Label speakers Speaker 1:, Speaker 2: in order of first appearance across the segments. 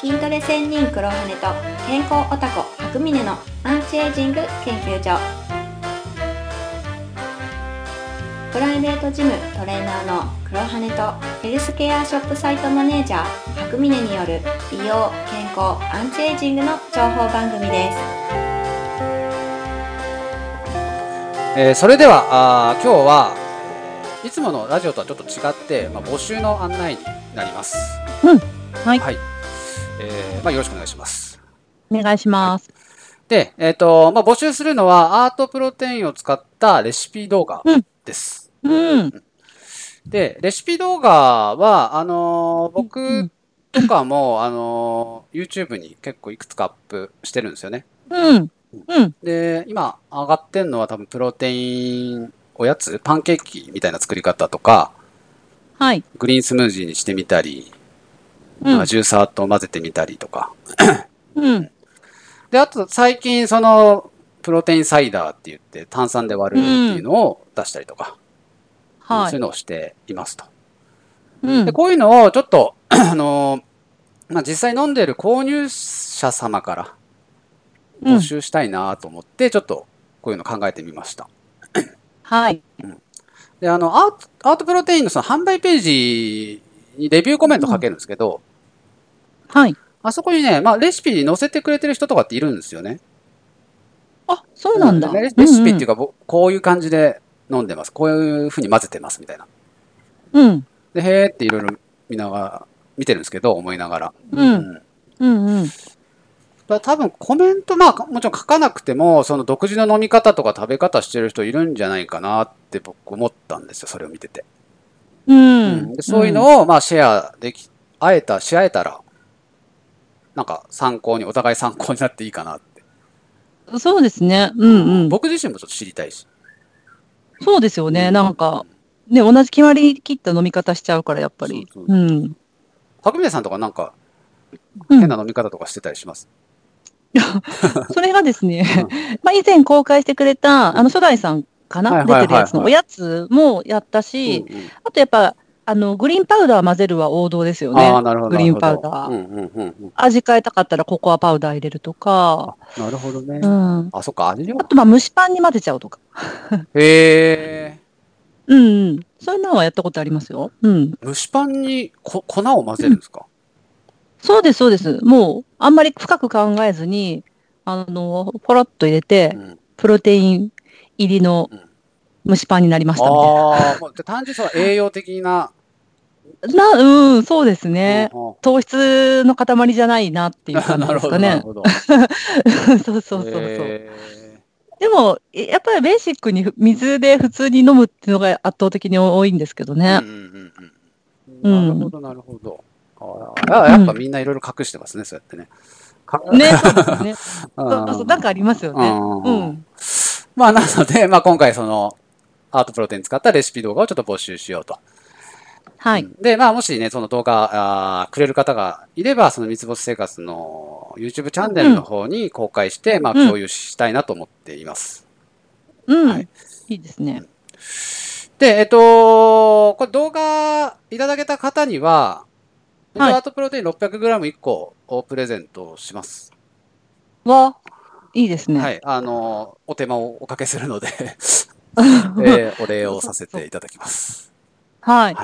Speaker 1: 筋トレ専任黒羽と健康オタコ白峰のアンチエイジング研究所プライベートジムトレーナーの黒羽とヘルスケアショップサイトマネージャー白峰による美容健康アンチエイジングの情報番組です
Speaker 2: えーそれではあー今日は、えーいつものラジオとはちょっと違って、まあ、募集の案内になります。
Speaker 3: うんはい
Speaker 2: えーまあ、よろしくお願いします。
Speaker 3: お願いします。
Speaker 2: で、えっ、と、まあ、募集するのはアートプロテインを使ったレシピ動画です。
Speaker 3: うん。
Speaker 2: で、レシピ動画は、あのー
Speaker 3: う
Speaker 2: 僕
Speaker 3: ん
Speaker 2: とかも、あのー YouTube に結構いくつかアップしてるんですよね。
Speaker 3: うん。うん。
Speaker 2: で、今上がってんのは多分プロテインおやつ、パンケーキみたいな作り方とか、
Speaker 3: はい。
Speaker 2: グリーンスムージーにしてみたり、
Speaker 3: うん
Speaker 2: まあ。ジューサーと混ぜてみたりとか。
Speaker 3: うん。
Speaker 2: で、あと最近その、プロテインサイダーって言って炭酸で割るっていうのを出したりとか、
Speaker 3: は
Speaker 2: そうい
Speaker 3: い。
Speaker 2: うのをしていますと。
Speaker 3: うん
Speaker 2: で、。こういうのをちょっと、 あの、まあ、実際飲んでる購入者様から
Speaker 3: うん
Speaker 2: 募集したいなと思って、ちょっとこういうの考えてみました。
Speaker 3: はい。
Speaker 2: で、あの、アート、アートプロテインのその販売ページにレビューコメント書けるんですけど、
Speaker 3: はい。
Speaker 2: あそこにね、まあ、レシピ載せてくれてる人とかっているんですよね。
Speaker 3: あ、そうなんだ。
Speaker 2: レレシピっていうか、
Speaker 3: か。
Speaker 2: ぼこういう感じで飲んでます。こういう風に混ぜてますみたいな。
Speaker 3: うん。
Speaker 2: で、へーっていろいろ見ながら、見てるんですけど、思いながら。
Speaker 3: うんうんうん。
Speaker 2: だ多分コメント、まあ、もちろん書かなくても、その独自の飲み方とか食べ方してる人いるんじゃないかなって僕思ったんですよ、それを見てて。
Speaker 3: うん。
Speaker 2: でそういうのを、まあ、シェアでき、あえた、し合えたら、なんか参考に、お互い参考になっていいかなって。
Speaker 3: うん。そうですね。うんうん。
Speaker 2: 僕自身もちょっと知りたいし。
Speaker 3: そうですよね。なんか、ね、同じ決まりきった飲み方しちゃうから、やっぱり。
Speaker 2: そううそ
Speaker 3: ん。
Speaker 2: 白峰さんとかなんか、
Speaker 3: うん
Speaker 2: 変な飲み方とかしてたりします。
Speaker 3: それがですね、 まあ以前公開してくれた、あの、初代さん
Speaker 2: は
Speaker 3: か
Speaker 2: い
Speaker 3: な
Speaker 2: はいはいは
Speaker 3: 出
Speaker 2: い
Speaker 3: てるやつのおやつもやった
Speaker 2: う
Speaker 3: し、
Speaker 2: んうん
Speaker 3: あとやっぱ、あの、グリーンパウダー混ぜるは王道ですよ
Speaker 2: ああ、
Speaker 3: ね。
Speaker 2: なるほど。
Speaker 3: グリーン
Speaker 2: なるほど
Speaker 3: パウダー
Speaker 2: うんうんうんうん。
Speaker 3: 味変えたかったらココアパウダー入れるとか、
Speaker 2: なるほどね
Speaker 3: う。ん。
Speaker 2: あ、そっか、味量
Speaker 3: あ。と、まあ、蒸しパンに混ぜちゃうとか。
Speaker 2: へえ。
Speaker 3: うんうん。そういうのはやったことありますよ。うん。
Speaker 2: 蒸しパンにこ粉を混ぜるんですか
Speaker 3: そうです、そうです。もう、あんまり深く考えずに、あの、ポロッと入れて
Speaker 2: う、ん
Speaker 3: プロテイン入りの蒸しパンになりましたみたい
Speaker 2: ああ、もうじゃあ単純にその栄養的な。
Speaker 3: な。な、うん、そうですね。
Speaker 2: うんうん
Speaker 3: 糖質の塊じゃないなっていう感
Speaker 2: な
Speaker 3: じで
Speaker 2: る
Speaker 3: す
Speaker 2: ほ
Speaker 3: か
Speaker 2: ど、なる
Speaker 3: ね。
Speaker 2: ほど。
Speaker 3: そう そうそうそう。
Speaker 2: へー
Speaker 3: でも、えやっぱりベーシックに水で普通に飲むっていうのが圧倒的に多いんですけどね。
Speaker 2: うんう
Speaker 3: うん
Speaker 2: うん
Speaker 3: ん
Speaker 2: うん、なるほど、なるほど。ああやっぱみんないろいろ隠してますね、そうやってね。
Speaker 3: ね、そうで すね。
Speaker 2: うん
Speaker 3: そうそう、なんかありますよ
Speaker 2: う
Speaker 3: ね。
Speaker 2: ん
Speaker 3: う
Speaker 2: うん
Speaker 3: ん。
Speaker 2: まあ、なので、まあ、今回、その、アートプロテイン使ったレシピ動画をちょっと募集しようと。。
Speaker 3: はいう
Speaker 2: んで、まあ、もしね、その動画、あーくれる方がいれば、その三つ星生活の YouTube チャンネルの方に公開して、まあ、
Speaker 3: うん
Speaker 2: 共有したいなと思っています。
Speaker 3: うん。
Speaker 2: はい
Speaker 3: い、いですね。
Speaker 2: で、えっと、これ動画いただけた方には、
Speaker 3: はい
Speaker 2: アートプロテイン 600g1 個をプレゼントします。
Speaker 3: わ、いいですね。
Speaker 2: はい。あの、お手間をおかけするの で、えーお礼をさせていただきます。
Speaker 3: はい。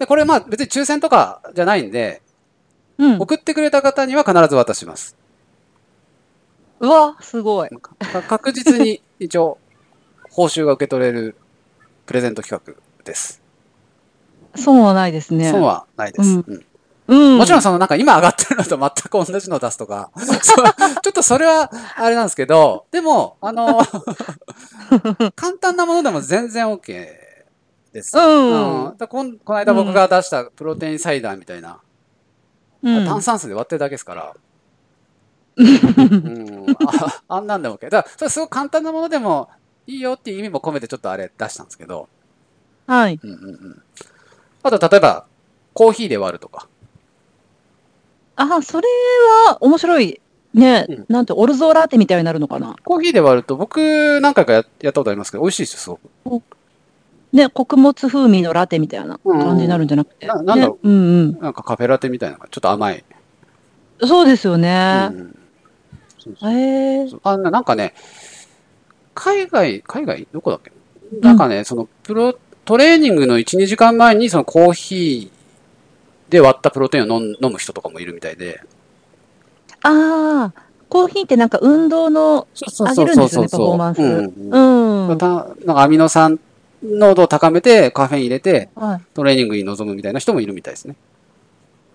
Speaker 2: で、これまあ別に抽選とかじゃないんで、
Speaker 3: うん。
Speaker 2: 送ってくれた方には必ず渡します。
Speaker 3: うわ、すごい。
Speaker 2: か確実 に一応、報酬が受け取れるプレゼント企画です。
Speaker 3: 損はないですね。
Speaker 2: 損はないです。
Speaker 3: うん
Speaker 2: うん
Speaker 3: うん。
Speaker 2: もちろんそのなんか今上がってるのと全く同じのを出すと か、そうちょっとそれはあれなんですけど、でも、あの、 簡単なものでも全然 OK です。
Speaker 3: うん
Speaker 2: だこんこの間僕が出したプロテインサイダーみたいな、
Speaker 3: うん。
Speaker 2: 炭酸水で割ってるだけです から、うん、ああんなんでも OK。だからそれすごく簡単なものでもいいよっていう意味も込めてちょっとあれ出したんですけど、
Speaker 3: はい。
Speaker 2: うんうんうん、あと例えばコーヒーで割るとか、
Speaker 3: あ、それは面白い。ね、
Speaker 2: うん
Speaker 3: なんて、オルゾーラテみたいになるのかな。
Speaker 2: コーヒーで割ると僕何回かややったことありますけど、美味しいですよ、すごく。
Speaker 3: ね、穀物風味のラテみたいな感じになるんじゃなくて。
Speaker 2: うんななんだろ
Speaker 3: ね、うんうん。
Speaker 2: なんかカフェラテみたいなのがちょっと甘い。
Speaker 3: そうですよね
Speaker 2: う。んそうそう
Speaker 3: ええ
Speaker 2: そうあのなんかね、海外、海外どこだっけなんかね、そのプロ、トレーニングの1、2時間前にそのコーヒーで割ったプロテインを飲ん飲む人とかもいるみたいで。
Speaker 3: ああ、コーヒーってなんか運動の、
Speaker 2: そう
Speaker 3: うそうそうそう上げるんですよねパフォーマンス
Speaker 2: うん
Speaker 3: うん。
Speaker 2: うん
Speaker 3: は
Speaker 2: たなんかアミノ酸濃度を高めてカフェイン入れて
Speaker 3: い。
Speaker 2: トレーニングに臨むみたいな人もいるみたいですね。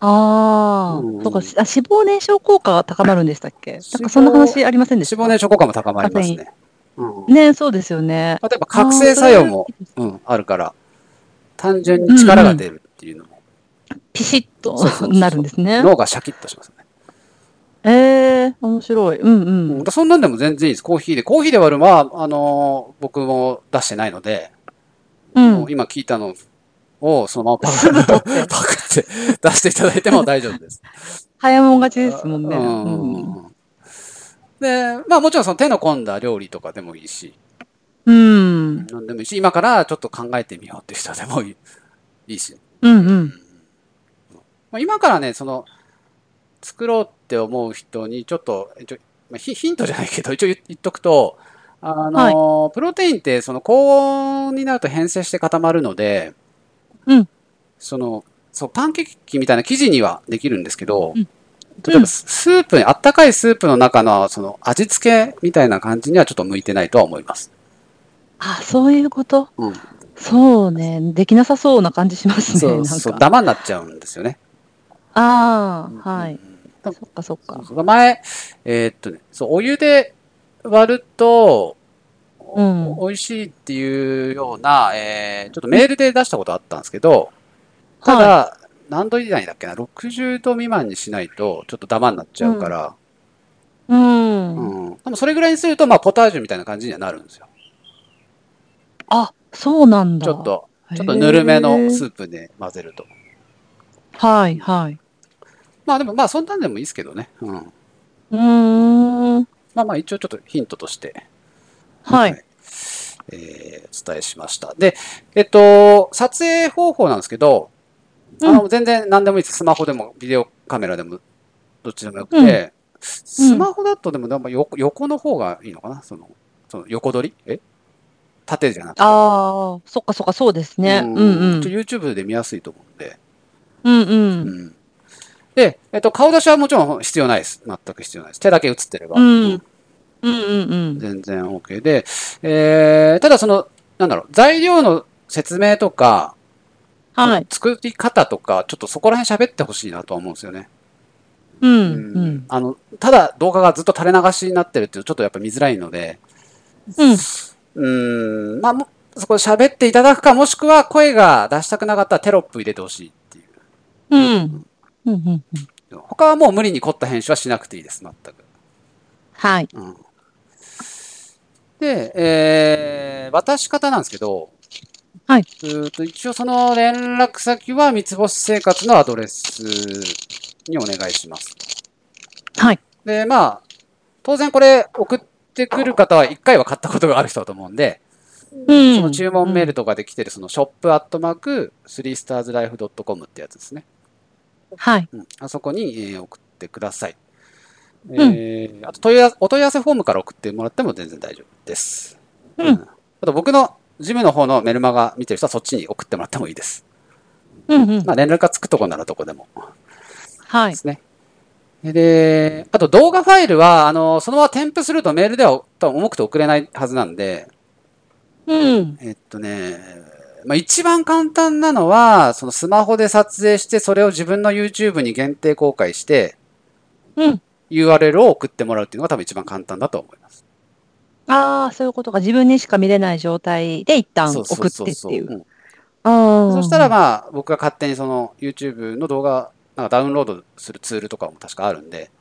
Speaker 3: ああ
Speaker 2: うん、
Speaker 3: そうか、しあ脂肪燃焼効果が高まるんでしたっけなんかそんな話ありませんでした
Speaker 2: 脂肪燃焼効果も高まりますね。うん
Speaker 3: ね、そうですよね。
Speaker 2: 例えば覚醒作用もうん、あるから、単純に力が出るっていうのも、
Speaker 3: ピシッと
Speaker 2: そうそうそうそう
Speaker 3: なるんですね。
Speaker 2: 脳がシャキッとしますね。
Speaker 3: ええ面白い。うんう
Speaker 2: うん
Speaker 3: ん。
Speaker 2: そんなんでも全然いいです。コーヒーで。コーヒーで割るのは、あのー僕も出してないので、
Speaker 3: うん
Speaker 2: もう今聞いたのをそのままパクって、パクって出していただいても大丈夫です。
Speaker 3: 早もん勝ち ですもんね。
Speaker 2: うん
Speaker 3: うん
Speaker 2: で、まあもちろんその手の込んだ料理とかでもいいし、
Speaker 3: うん。
Speaker 2: 何でもいいし、今からちょっと考えてみようって人でもいいいいし。
Speaker 3: うんうん。
Speaker 2: まあ、今からね、その、作ろうって思う人に、ちょっと、一応まあ、ヒヒントじゃないけど、一応言言っとくと、あのープロテインって、その高温になると変性して固まるので、
Speaker 3: うん
Speaker 2: その、そう、パンケーキみたいな生地にはできるんですけど、
Speaker 3: うん
Speaker 2: 例えばススープに、あったかいスープの中の、その味付けみたいな感じにはちょっと向いてないとは思います。
Speaker 3: あ、そういうこと。
Speaker 2: うん
Speaker 3: そうね。できなさそうな感じしますね。
Speaker 2: そ
Speaker 3: なん
Speaker 2: う、
Speaker 3: か
Speaker 2: そう、ダマになっちゃうんですよね。
Speaker 3: ああ、はい。
Speaker 2: うん
Speaker 3: そっかそっ
Speaker 2: そう
Speaker 3: か。
Speaker 2: そう前、えーっとね、そう、お湯で割ると、お
Speaker 3: うん
Speaker 2: 美味しいっていうような、えーちょっとメールで出したことあったんですけど、ただ、
Speaker 3: は
Speaker 2: 何度以内だっけな、60度未満にしないと、ちょっとダマになっちゃうから、
Speaker 3: い。うん。
Speaker 2: うん。でもそれぐらいにすると、まあ、ポタージュみたいな感じにはなるんですよ。
Speaker 3: あ、そうなんだ。
Speaker 2: ちょっと、
Speaker 3: へー、
Speaker 2: ちょっとぬるめのスープで混ぜると。
Speaker 3: はい、はい。
Speaker 2: まあ、でも、まあ、そんなんでもいいですけどね。うん。
Speaker 3: うーん。
Speaker 2: まあまあ、一応ちょっとヒントとして
Speaker 3: はい。
Speaker 2: えーお伝えしました。で、えっと、撮影方法なんですけど、あの全然何でもいいです。スマホでも、ビデオカメラでも、どっちでもよくて、
Speaker 3: うん
Speaker 2: スマホだとでも、なんか横横の方がいいのかなその、その横取りえ縦じゃなくて。
Speaker 3: ああ、そっかそっか、そうですね。うんうん。
Speaker 2: ちょ YouTube で見やすいと思うんで。
Speaker 3: うんうん。
Speaker 2: うんで、えっと、顔出しはもちろん必要ないです。全く必要ないです。手だけ映ってれば。
Speaker 3: うんうんうんうん。
Speaker 2: 全然 OK で、えーただその、なんだろう、材料の説明とか、
Speaker 3: はい。
Speaker 2: 作り方とか、ちょっとそこら辺喋ってほしいなとは思うんですよね。
Speaker 3: うん
Speaker 2: う
Speaker 3: うんん。
Speaker 2: あの、ただ動画がずっと垂れ流しになってるっていうとちょっとやっぱ見づらいので、
Speaker 3: うん。
Speaker 2: うん、まあ、もそこ喋っていただくか、もしくは声が出したくなかったらテロップ入れてほしいっていう。
Speaker 3: うん。うんうん。
Speaker 2: 他はもう無理に凝った編集はしなくていいです、全く。
Speaker 3: はい。
Speaker 2: うん、で、えー渡し方なんですけど、
Speaker 3: はいう
Speaker 2: ーと一応その連絡先は三つ星生活のアドレスにお願いします。
Speaker 3: はい。
Speaker 2: で、まあ、当然これ送ってくる方は1回は買ったことがある人だと思うんで、
Speaker 3: うん。
Speaker 2: その注文メールとかで来てるそのショップアットマーク 3starslife.com ってやつですね。
Speaker 3: うん。はい。
Speaker 2: うん、あそこに、えー送ってください。え
Speaker 3: ん
Speaker 2: ーあと問い合わせ、お問い合わせフォームから送ってもらっても全然大丈夫です。
Speaker 3: うん
Speaker 2: あと僕のジムの方のメルマガ見てる人はそっちに送ってもらってもいいです。
Speaker 3: うんうん
Speaker 2: ま。あ連絡がつくとこならどこでも
Speaker 3: は
Speaker 2: で
Speaker 3: い。
Speaker 2: すね。で、あと動画ファイルは、あの、そのまま添付するとメールでは多分重くて送れないはずなんで、
Speaker 3: うん。
Speaker 2: えっとね、まあ、一番簡単なのは、そのスマホで撮影して、それを自分の YouTube に限定公開して、
Speaker 3: うん。
Speaker 2: URL を送ってもらうっていうのが多分一番簡単だと思います。
Speaker 3: ああ、そういうことか。自分にしか見れない状態で一旦
Speaker 2: そう
Speaker 3: 送
Speaker 2: そう
Speaker 3: っ
Speaker 2: そ
Speaker 3: て
Speaker 2: う
Speaker 3: って
Speaker 2: そう
Speaker 3: いうう。
Speaker 2: ん
Speaker 3: ああ。
Speaker 2: そしたらまあ僕が勝手にその YouTube の動画なんかダウンロードするツールとかも確かあるんで、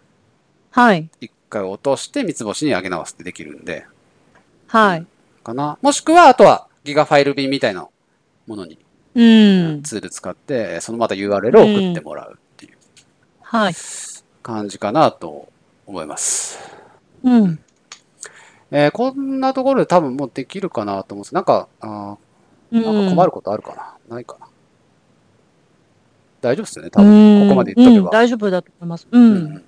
Speaker 3: はい。
Speaker 2: 一回落として三つ星に上げ直すってできるんで、
Speaker 3: はい。
Speaker 2: かな。もしくはあとはギガファイル便みたいなものに
Speaker 3: うん。
Speaker 2: ツール使って、そのまた URL を送ってもらうっていう
Speaker 3: はい。
Speaker 2: 感じかなと思います。
Speaker 3: うん。
Speaker 2: えーこんなところで多分もうできるかなと思うんです。なんか、あー
Speaker 3: うん。
Speaker 2: なんか困ることあるかな、ないかな。大丈夫ですよね、多分ここまで言っとけ
Speaker 3: うん
Speaker 2: ば。
Speaker 3: 大丈夫だと思います。うん。
Speaker 2: うん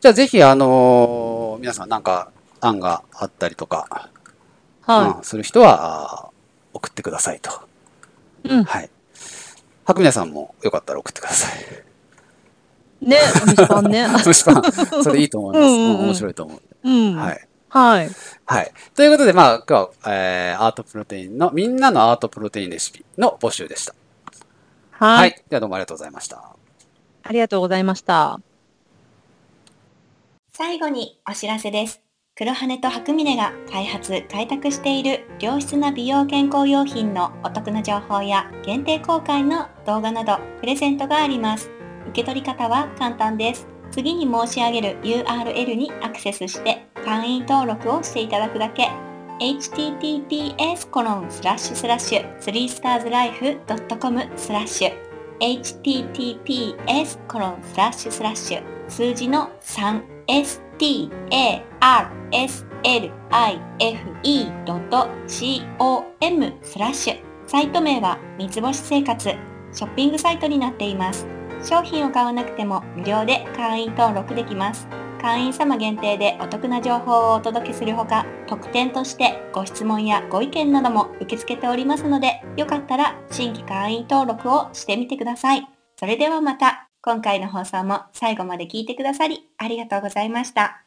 Speaker 2: じゃあぜひ、あのー皆さんなんか案があったりとか、
Speaker 3: は
Speaker 2: うんする人はあー送ってくださいと。
Speaker 3: い。うん。
Speaker 2: はい。白宮さんもよかったら送ってください。
Speaker 3: ね、虫パ ンね。
Speaker 2: 虫パ ン、それいいと思います。
Speaker 3: うんうんうん
Speaker 2: うん面白いと思う。
Speaker 3: うん。
Speaker 2: は
Speaker 3: はい。
Speaker 2: い。はい。ということで、まあ、今日は、えーアートプロテインの、みんなのアートプロテインレシピの募集でした。はい。
Speaker 3: はい。
Speaker 2: ではどうもありがとうございました。
Speaker 3: ありがとうございました。
Speaker 1: 最後にお知らせです。黒羽と白峰が開発・開拓している良質な美容健康用品のお得な情報や限定公開の動画などプレゼントがあります。受け取り方は簡単です。次に申し上げる URL にアクセスして会員登録をしていただくだけ。https コロンスラッシュスラッシュ 3starslife.com スラッシュ https コロンスラッシュスラッシュ数字の 3starslife.com スラッシュサイト名は三つ星生活ショッピングサイトになっています商品を買わなくても無料で会員登録できます会員様限定でお得な情報をお届けするほか特典としてご質問やご意見なども受け付けておりますのでよかったら新規会員登録をしてみてくださいそれではまた、今回の放送も最後まで聞いてくださりありがとうございました。